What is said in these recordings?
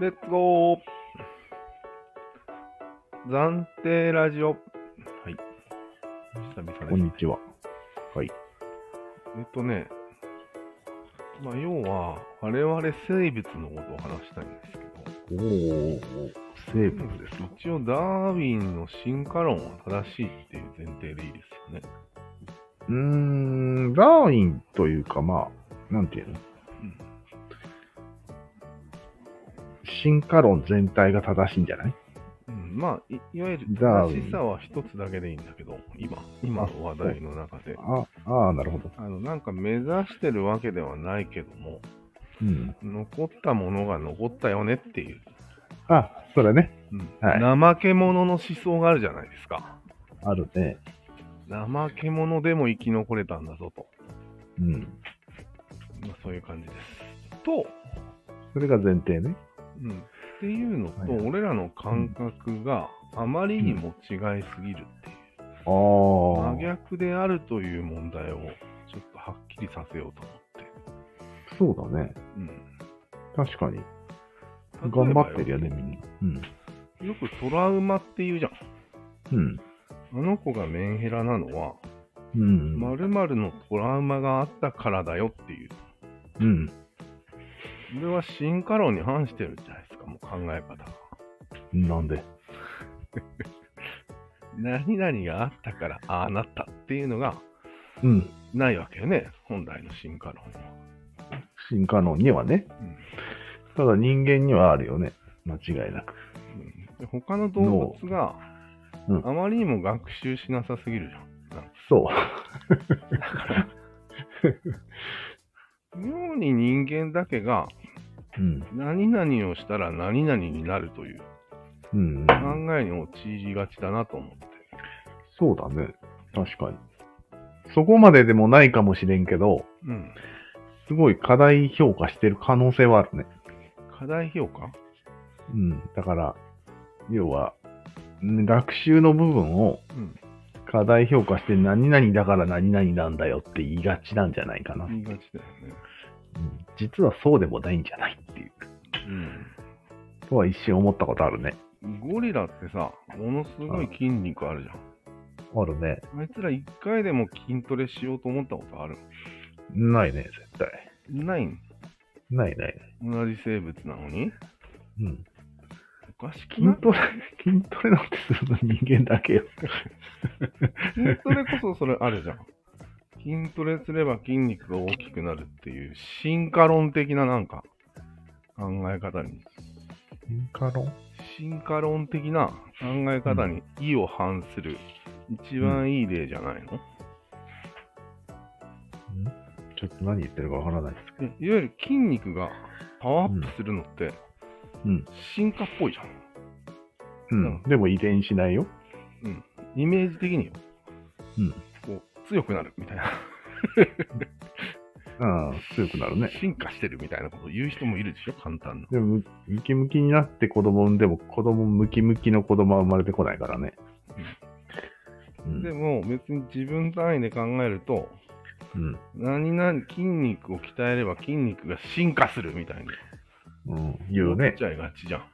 レッツゴー暫定ラジオ。はい。久々です。こんにちは。はい。えっとね、まあ、要は、我々生物のことを話したいんですけど、おー、生物ですか。一応ダーウィンの進化論は正しいっていう前提でいいですよね。うーん、ダーウィンというか、まあ、なんていうのうん進化論全体が正しいんじゃないうん、まあい、いわゆるダーウ正ィンしさは一つだけでいいんだけど、今、今の話題の中で。あ、ああ、なるほど。あの、なんか目指してるわけではないけども、うん。残ったものが残ったよねっていう、あ、それね。うんはい怠け者の思想があるじゃないですか。あるね。怠け者でも生き残れたんだぞと。うん。まあ、そういう感じです。と、それが前提ね。うん、っていうのと、はいはい俺らの感覚があまりにも違いすぎるっていう、ああ。真逆であるという問題をちょっとはっきりさせようと思って。そうだね。うん確かに。例えば頑張ってるよね、みんな。よくトラウマっていうじゃん。うん。あの子がメンヘラなのは、うん。うん。 〇〇のトラウマがあったからだよっていう。うん。それは進化論に反してるじゃないですか、もう考え方が。なんで何々があったからああなったっていうのがうん。ないわけよね、本来の進化論には。進化論にはね。うんただ人間にはあるよね。間違いなく。うんで他の動物がのうんあまりにも学習しなさすぎるじゃん。そう。妙に人間だけがうん。何々をしたら何々になるといううん。考えに陥りがちだなと思って。そうだね。確かに。そこまででもないかもしれんけど、うん。すごい課題評価してる可能性はあるね。課題評価うん。だから、要は、ん学習の部分をうん。課題評価して何々だから何々なんだよって言いがちなんじゃないかな。言いがちだよね。うん実はそうでもないんじゃないっていう。とは一瞬思ったことあるね。うん。ゴリラってさ、ものすごい筋肉あるじゃん。あるね。あいつら一回でも筋トレしようと思ったことあるないね、絶対。ないんないないな同い。じ生物なのにうん。おかしくない筋トレ、筋トレなんてするの人間だけよ。筋トレこそそれあるじゃん。筋トレすれば筋肉が大きくなるっていう進化論的ななんか考え方に、進化論進化論的な考え方に意を反する一番いい例じゃないの、ちょっと何言ってるかわからないですけいわゆる筋肉がパワーアップするのってうん進化っぽいじゃん。ど。うん。でも遺伝しないよ。イメージ的によ。うんこう強くなるみたいな。うん。強くなるね。進化してるみたいなことを言う人もいるでしょ、簡単な。でも、ムムキムキになって子供産んでも、子供ムキムキの子供は生まれてこないからね。うん。でも別に自分単位で考えると、うん。何々筋肉を鍛えれば筋肉が進化するみたいにうん。言う思っね。ちゃいがちじゃん。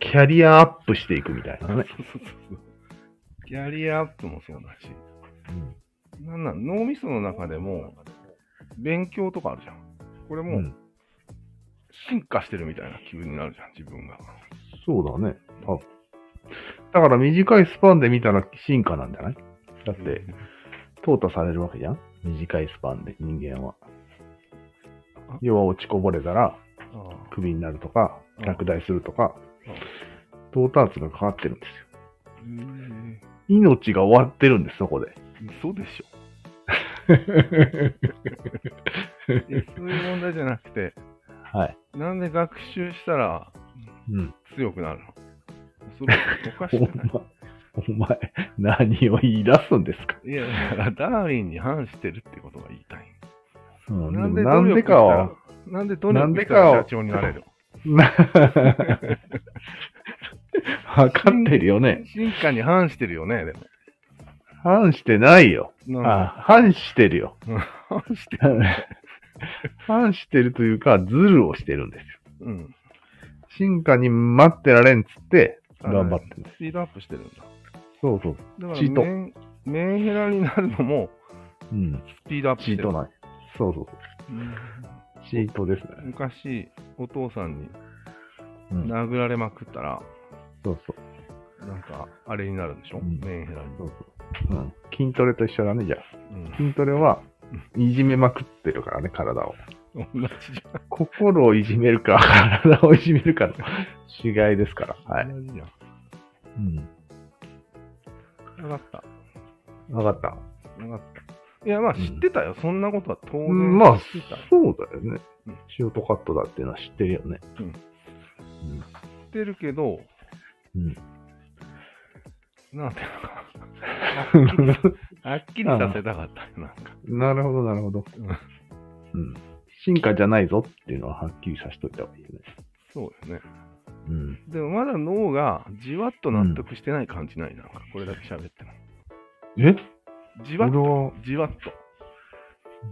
キャリアアップしていくみたいなそうそね。うそうキャリアアップもそうだし、うんなんなん脳みその中でも勉強とかあるじゃん。これう。もうん進化してるみたいな気分になるじゃん、自分が。そうだね。あだから短いスパンで見たら進化なんじゃないだって、淘汰されるわけじゃん短いスパンで人間はあ。要は落ちこぼれたら、ああクビになるとか、うん落第するとか、到達がかかってるんですよ。へえ命が終わってるんです、そこで。嘘で しょ。いやそういう問題じゃなくて、はい。なんで学習したらうん。強くなるの恐ろしい。おかしく ない。お前、お前、何を言い出すんですか。いや、だからダーウィンに反してるってことが言いたい。うん、なんででもなんで努力したかはら、、なんで努力したなんでかをら社長にな れるな わかってるよね。進化に反してるよね、でも。反してないよ。なんあ、反してるよ。で反してる。反してるというか、ズルをしてるんですよ。 うん。進化に待ってられんっつって、頑張ってる。スピードアップしてるんだ。そうそう。だからチートメン、メンヘラになるのもうん。スピードアップしチてーる。トない。そうそうそう。うんチートですね。昔、お父さんにうん。殴られまくったら、そうそう。なんか、あれになるんでしょ、うんメンヘラに。そうそう。うん。筋トレと一緒だね、じゃあ。 うん。筋トレは、いじめまくってるからね、体を。同じじ心をいじめるか、 体をいじめるかの違いですから。はゃい。ん。同じじゃん。うん。分かった。わかった。分かった。いや、まあうん知ってたよ。そんなことは当う然ん、まあ知ってた。、そうだよねうん。シュートカットだっていうのは知ってるよね。うん知ってるけど、うん。うん。なん ていうのかな。はっきりさせたかったよ。なんか。なるほど、なるほど。うん。進化じゃないぞっていうのははっきりさせといた方がいいよね。そうよね。うん。でもまだ脳がじわっと納得してない感じない。なんか、これだけ喋っても。えじわっ俺と。は、じわっ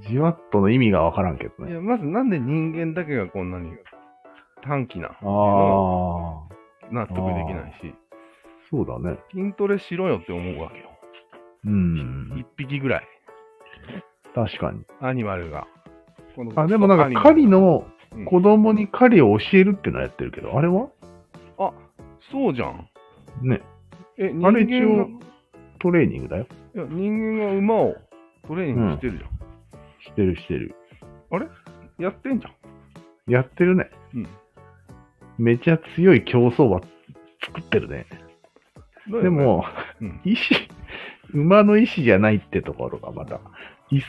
じわっとの意味がわからんけどと。いね。や、まずなんで人間だけがこんなに短気な、ああ、納得できないし、そうだね。筋トレしろよって思うわけよ。うん。一匹ぐらい、確かに。アニマルが。このあ、でもなんか狩り、のうん子供に狩りを教えるっていうのはやってるけど、あれはあ、そうじゃん。ね、え、人あ間がれい一応トレーニングだよ。や人間が馬をトレーニングしてるじゃん。してるしてる。やってんじゃん。やってるね。うん。めちゃ強い競争馬作ってるね。だよねで、も、 うん意志、馬の意志じゃないってところがまた、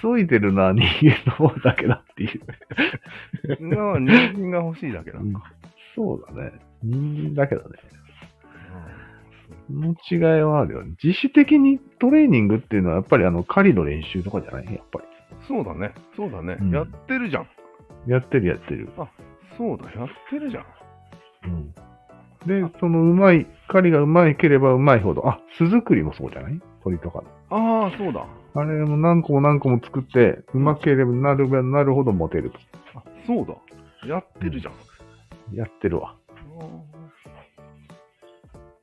急いでるのは人間の方だけだっていう。馬は人間が欲しいだけだ。そうだね。人間だけだね。その違いはあるよね。自主的にトレーニングっていうのはやっぱりあの狩りの練習とかじゃないやっぱそうだね。そうだね、うんやってるじゃん。り。やってるやってる。そうだ、やってるじゃん。で、そのうまい、狩りがうまいければうまいほど、あ、巣作りもそうじゃない鳥とかの。ああ、そうだ。あれも何個も何個も作って、うまければなるべなるほどモテると。あ、そうだ。やってるじゃん。やってるわ。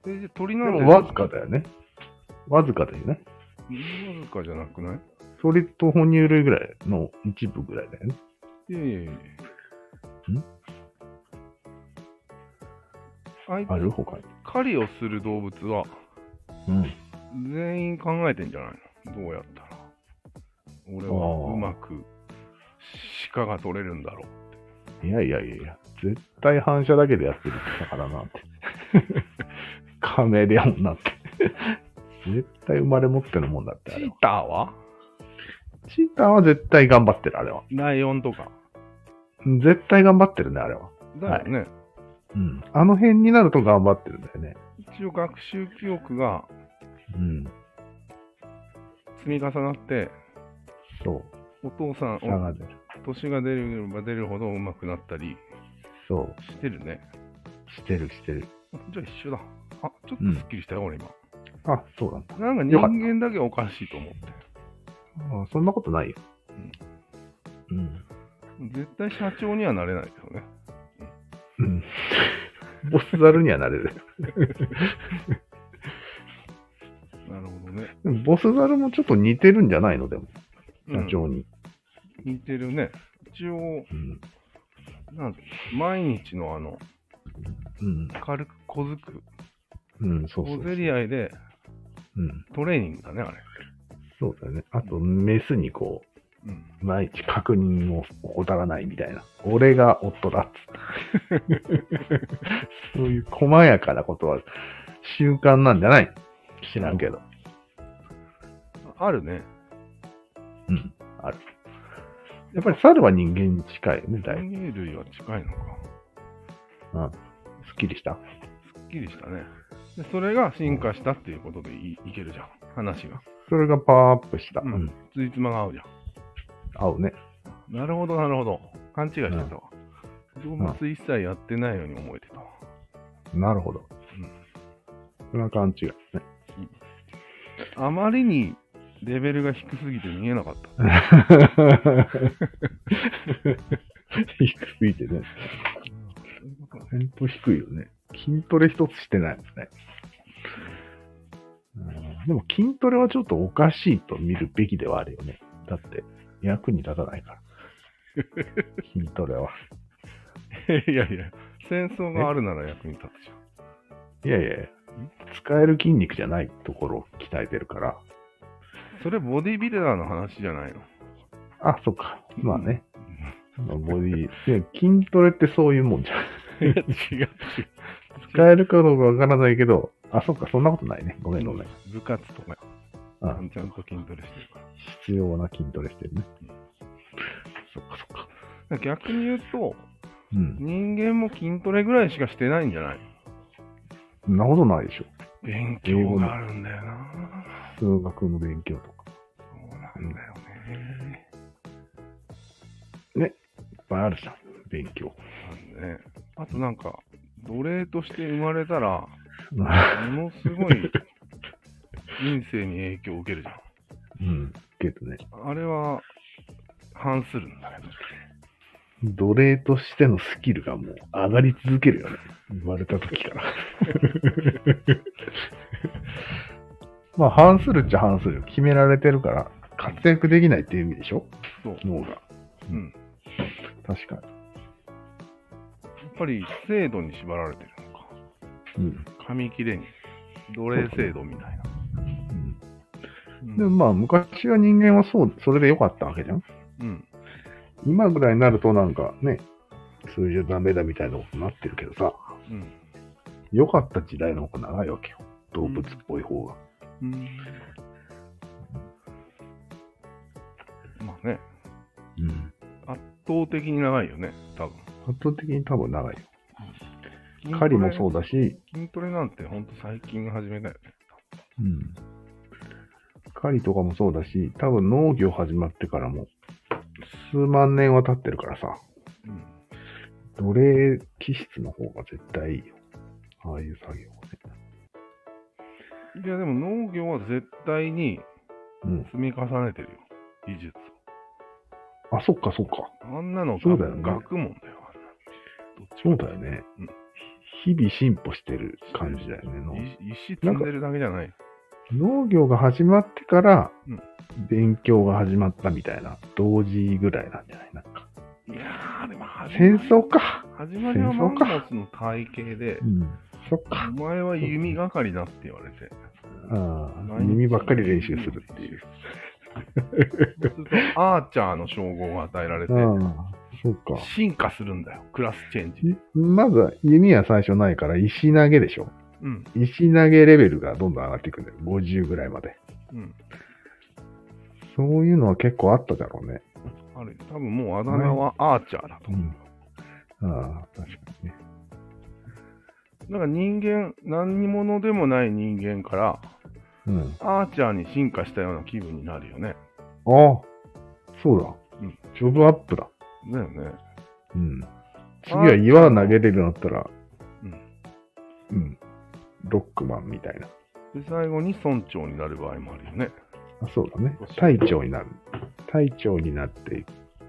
えじゃあ鳥でなんもわずかだよね。わずかだよね。わずかじゃなくない鳥と哺乳類ぐらいの一部ぐらいだよね。いやいやいや。あいつある他に。狩りをする動物はうん。全員考えてんじゃないのどうやったら俺あはーうまく鹿が取れるんだろいやいやいやいや、絶対反射だけでやってるだからなって。カメレオンなんて。絶対生まれ持ってるもんだっうて、あチれーは。ターはチーターは絶対頑張ってる、あれは。ライオンとか絶対頑張ってるね、あれは。だよね、うん。あの辺になると頑張ってるんだよね。一応学習記憶がうん。積み重なってそう。お父さん差が出る。お年が出れば出るほど上手くなったりそう。してるねしてる、してる。じゃあ一緒だあちょっとすっきりしたよ、俺今あ、そうなんだ。なんか人よかった間だけおかしいと思ってあそんなことないよ。うん。絶対社長にはなれないけどねうん。ボスザルにはなれる。 なるほどね、でもボスザルもちょっと似てるんじゃないのでも、う社ん長に。似てるね一応うん。なんて毎日のあのうん。軽く小づくうん、そうそう小そう。競り合いでうん。トレーニングだねあれ、そうだよね。あと、メスにこうん、う、毎日確認を怠らないみたいな。俺が夫だっ つって。そういう細やかなことは習慣なんじゃない知らんけど。あるねうん。ある。やっぱり猿は人間に近いよね、だいぶ。哺乳類は近いのかうん。すっきりした。すっきりしたねでそれが進化したっていうことでいいけるじゃん話がそれがパワーアップした。うん。ついつまが合うじゃん合うね。なるほど、なるほど。勘違いしてたわ。動物一切やってないように思えてたわ。なるほど。うんそんな勘違いね。あまりにレベルが低すぎて見えなかった。 低すぎてね。セント低いよね。筋トレ一つしてないですね。うん、でも筋トレはちょっとおかしいと見るべきではあるよね。だって役に立たないから。筋トレは。いやいや、戦争があるなら役に立つじゃん。いやいや、使える筋肉じゃないところを鍛えてるから。それボディビルダーの話じゃないの。あ、そっか。まあね。まあボディ、いや筋トレってそういうもんじゃん。いや、違う。使えるかどうかわからないけど、あ、そっか、そんなことないね。ごめんごめん。部活とか、あちゃんと筋トレしてるから。必要な筋トレしてるね。そっかそっか。逆に言うと、うん。人間も筋トレぐらいしかしてないんじゃないそんなことないでしょ。勉強があるんだよな。数学の勉強とか。そうなんだよね。いっぱいあるじゃん。勉強。 あのねあとなんか、奴隷として生まれたら、うものすごい人生に影響を受けるじゃん。けどね。ん。あれは、反するんだけど。奴隷としてのスキルがもう上がり続けるよね。生まれた時から。 まあ、反するっちゃ反するよ。決められてるから、活躍できないっていう意味でしょそう。脳が。うん。確かやっぱり制度に縛られてるのか。に。うん。紙切れに。奴隷制度みたいな。うんうんでもまあ、昔は人間はそう、それで良かったわけじゃんうん。今ぐらいになるとなんかね、それじゃダメだみたいなことになってるけどさ、うん。良かった時代の方が長いわけよ。動物っぽい方が。うん。まあね、うん。圧倒的に長いよね、多分。。圧倒的に多分長いよ。狩りもそううだし、筋トレなんてほんと最近始めたよね。うん。狩りとかもそうだし、多分農業始まってからも、数万年は経ってるからさ、うん。奴隷気質の方が絶対いいよ。ああいう作業はね。いや、でも農業は絶対にうん。積み重ねてるよ、技術あ、そっかそっか。を。あんなのそうだよね学問だよ、そうだよねうん。日々進歩してる感じだよね、あ農んなの。い石積んでるだけじゃない。農業が始まってからうん、勉強が始まったみたいな、同時ぐらいなんじゃないなんか。いやー、でも始ま戦り争か。始まりは戦マン争かモスの体型でう、ん。そっか。お前は弓係だって言われて。ああ、耳ばっかり練習するっていう。そうすると、アーチャーの称号が与えられて、ああ、そっか。進化するんだよ、クラスチェンジ。まずは弓は最初ないから石投げでしょ。うん、石投げレベルがどんどん上がっていくんだよ。50ぐらいまで。うん。そういうのは結構あっただろうね。ある多分もうあだ名はアーチャーだと。ん。ああ、確かにね。だから人間、何者でもない人間から、うん。アーチャーに進化したような気分になるよね。ああ、そうだ。うんジョブアップだ。だよね。うん。次は岩投げれるようになったら、うん。うん。ロックマンみたいな。で、最後に村長になる場合もあるよね。あそうだね。隊長になる。隊長になって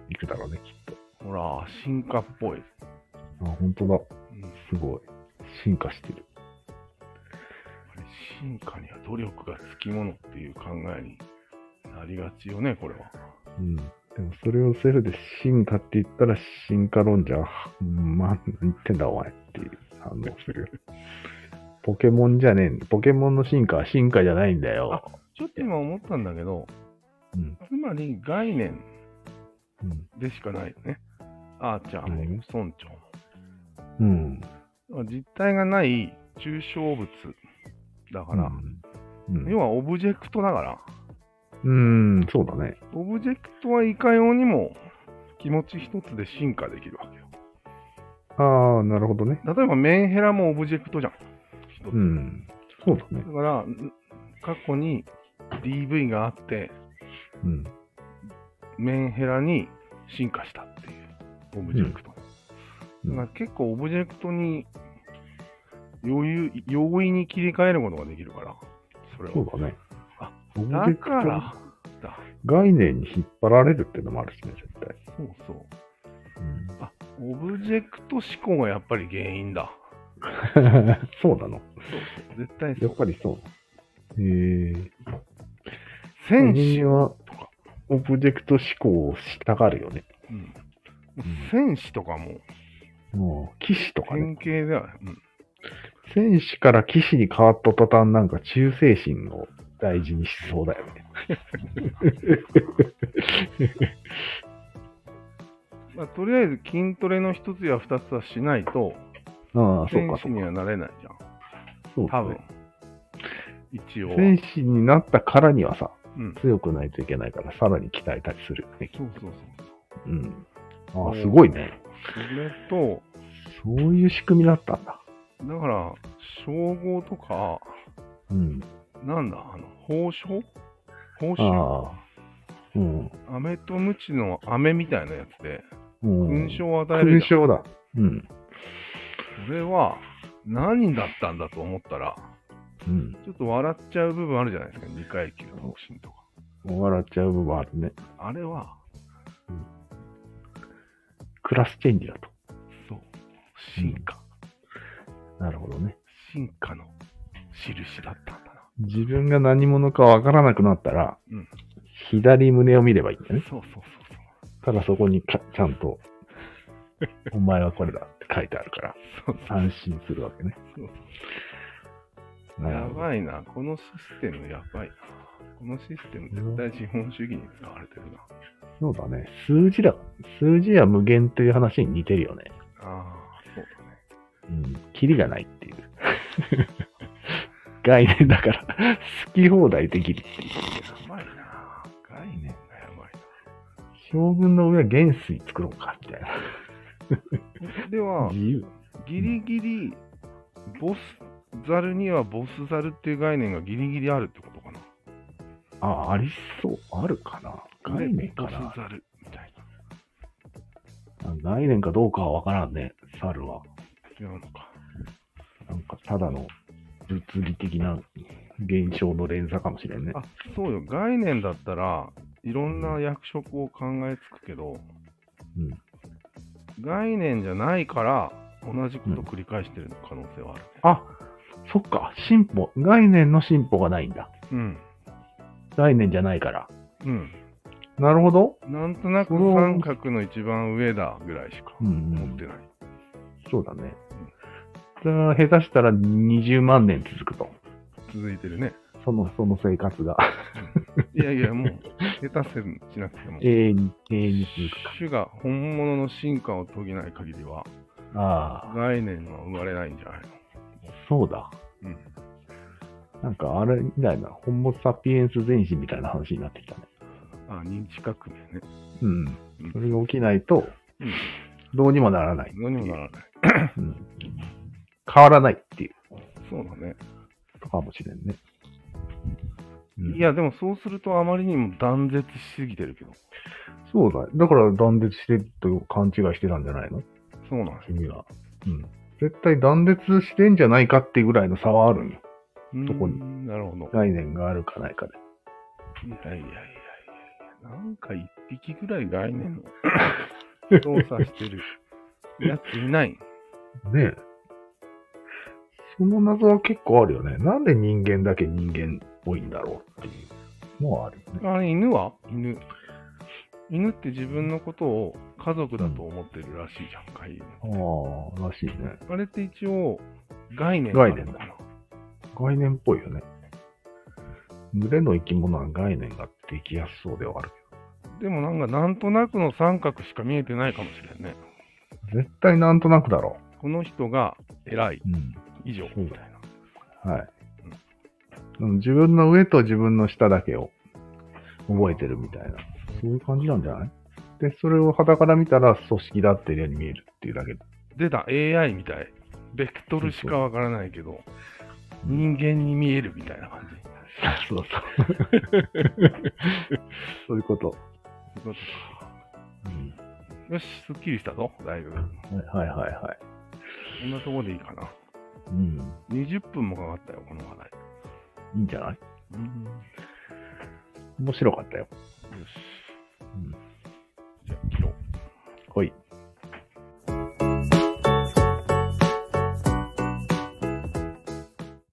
いくだろうね、きっほら、進化っぽい。と。あ、本当だ。うん、やっすごい。進化してる。ぱり進化には努力がつきものっていう考えになりがちよね、これは。うん。でもそれをセルで進化って言ったら進化論者、うんまあ、何言ってんだお前っていう反応 するよ。ポケモンじゃねえんだポケモンの進化は進化じゃないんだよ。ちょっと今思ったんだけど、うん。つまり概念うん。でしかないよね。アーチャーもうん村長うん。も。実体がない抽象物だから、うん。うん要はオブジェクトだから、うん、そうだね。オブジェクトはいかようにも気持ち一つで進化できるわけよ。ああ、なるほどね。例えばメンヘラもオブジェクトじゃん。一つうん。そうだね。だから、ん過去に DV があって、うん。メンヘラに進化したっていう、オブジェクト。うんだから結構オブジェクトに余裕、容易に切り替えることができるから、それそを。うだね。あ、オブジェだクかトら、だ。概念に引っ張られるっていうのもあるしね、絶対。そうそう。うんあ、オブジェクト思考がやっぱり原因だ。 そうなの絶対そやうっ。ぱりそう。えー、戦士人間はとか、オブジェクト思考をしたがるよね。うん、戦士とかももう、騎士とかね。典型では、うん、戦士から騎士に変わった途端、なんか忠誠心を大事にしそうだよね。まあ、とりあえず筋トレの一つや二つはしないと、ああ、そう戦か、士そうにか。はなれないじゃん。そう多だ分ね。一応は。戦士になったからにはさ、うん。強くないといけないから、さらに鍛えたりするよね。そうそうそう。うん。あうあ、んすごいね。それと、そういう仕組みだったんだ。だから、称号とか、うん。なんだ、あの、報奨報酬ああ。うん。飴とムチの飴みたいなやつで、うん勲。章を与える勲じゃん。章だ。うん。これは、何だったんだと思ったら、うん。ちょっと笑っちゃう部分あるじゃないですか、2階級の方針とか。笑っちゃう部分あるね。あれは、クラスチェンジだと。そう、進化、なるほどね。進化の印だったんだな。自分が何者かわからなくなったら、うん左胸を見ればいいんだね。そうそうそうそただそこにかちゃんと、お前はこれだって書いてあるから、う。そうそう安心するわけね。そうなるやほどばいな、このシステムやばいな。このシステム絶対資本主義に使われてるな。そうだね。数字だ。数字は無限という話に似てるよね。ああ、そうだね。うん。キリがないっていう。 概念だから、好き放題できる。やばいな。概念がやばい将軍の上は元帥作ろうか、みたいな。な。では、自由。ギリギリ、ボスザルにはボスザルっていう概念がギリギリあるってことかな。あ、ありそう。あるかな。概念かボなス。ザルみたいな。概念かどうかはわからんね、猿は。違うのか。なんかただの物理的な現象の連鎖かもしれんね。あ、そうよ。概念だったらいろんな役職を考えつくけど、うん、概念じゃないから同じこと繰り返してる可能性はあるね。あそっか、進歩。概念の進歩がないんだ。うん。概念じゃないから。うん。なるほど。なんとなくその三角の一番上だぐらいしかうんうん持ってない。そうだね。それは下手したら20万年続くと。続いてるね。その、その生活がいやいや、もう、 下手せんしなくても。永遠に、永遠に続種が本物の進化を遂げない限りは、く。ああ、概念は生まれないんじゃないのそうだ。うん。なんかあれみたいな、ホモ・サピエンス全史みたいな話になってきたね。あ、認知革命ね。うん。それが起きないと、どうにもならない。何もならない。うん変わらないっていうそうだね。ことかもしれんね。うんいや、でもそうするとあまりにも断絶しすぎてるけど。そうだ。だから断絶してると勘違いしてたんじゃないのそうなんですよ。君は。うん。絶対断絶してんじゃないかっていうぐらいの差はあるんよ。そこにうーんなるほど。概念があるかないかで。いやいやいやいやいや、なんか一匹ぐらい概 念を操作してるやついない。ねえ。その謎は結構あるよね。なんで人間だけ人間っぽいんだろうっていうのはあるよね。あれ、犬は犬。犬って自分のことを家族だと思ってるらしいじゃん、飼いああ、らしいね。犬。あれって一応、概念概念だなのか概念っぽいよね。群れの生き物は概念ができやすそうではあるなでもなんか、なんとなくの三角しか見えてないかもしれんね。けど。絶対なんとなくだろ。この人が偉いううん。以上、そうみたいな。はい。うん自分の上と自分の下だけを覚えてるみたいな、そういう感じなんじゃないで、それを肌から見たら組織だっていうように見えるっていうだけ。出た、AI みたい。ベクトルしかわからないけど、人間に見えるみたいな感じ。そう そう。そそうういうこと。いうこうんとかよし、すっきりしたぞ、だいぶ。はいはいはいはい。こんなとこでいいかな。うん。 20分もかかったよ、この話題。いいんじゃないうん、よ面白かったよ。し。うんじゃあ、切ろう。ほい。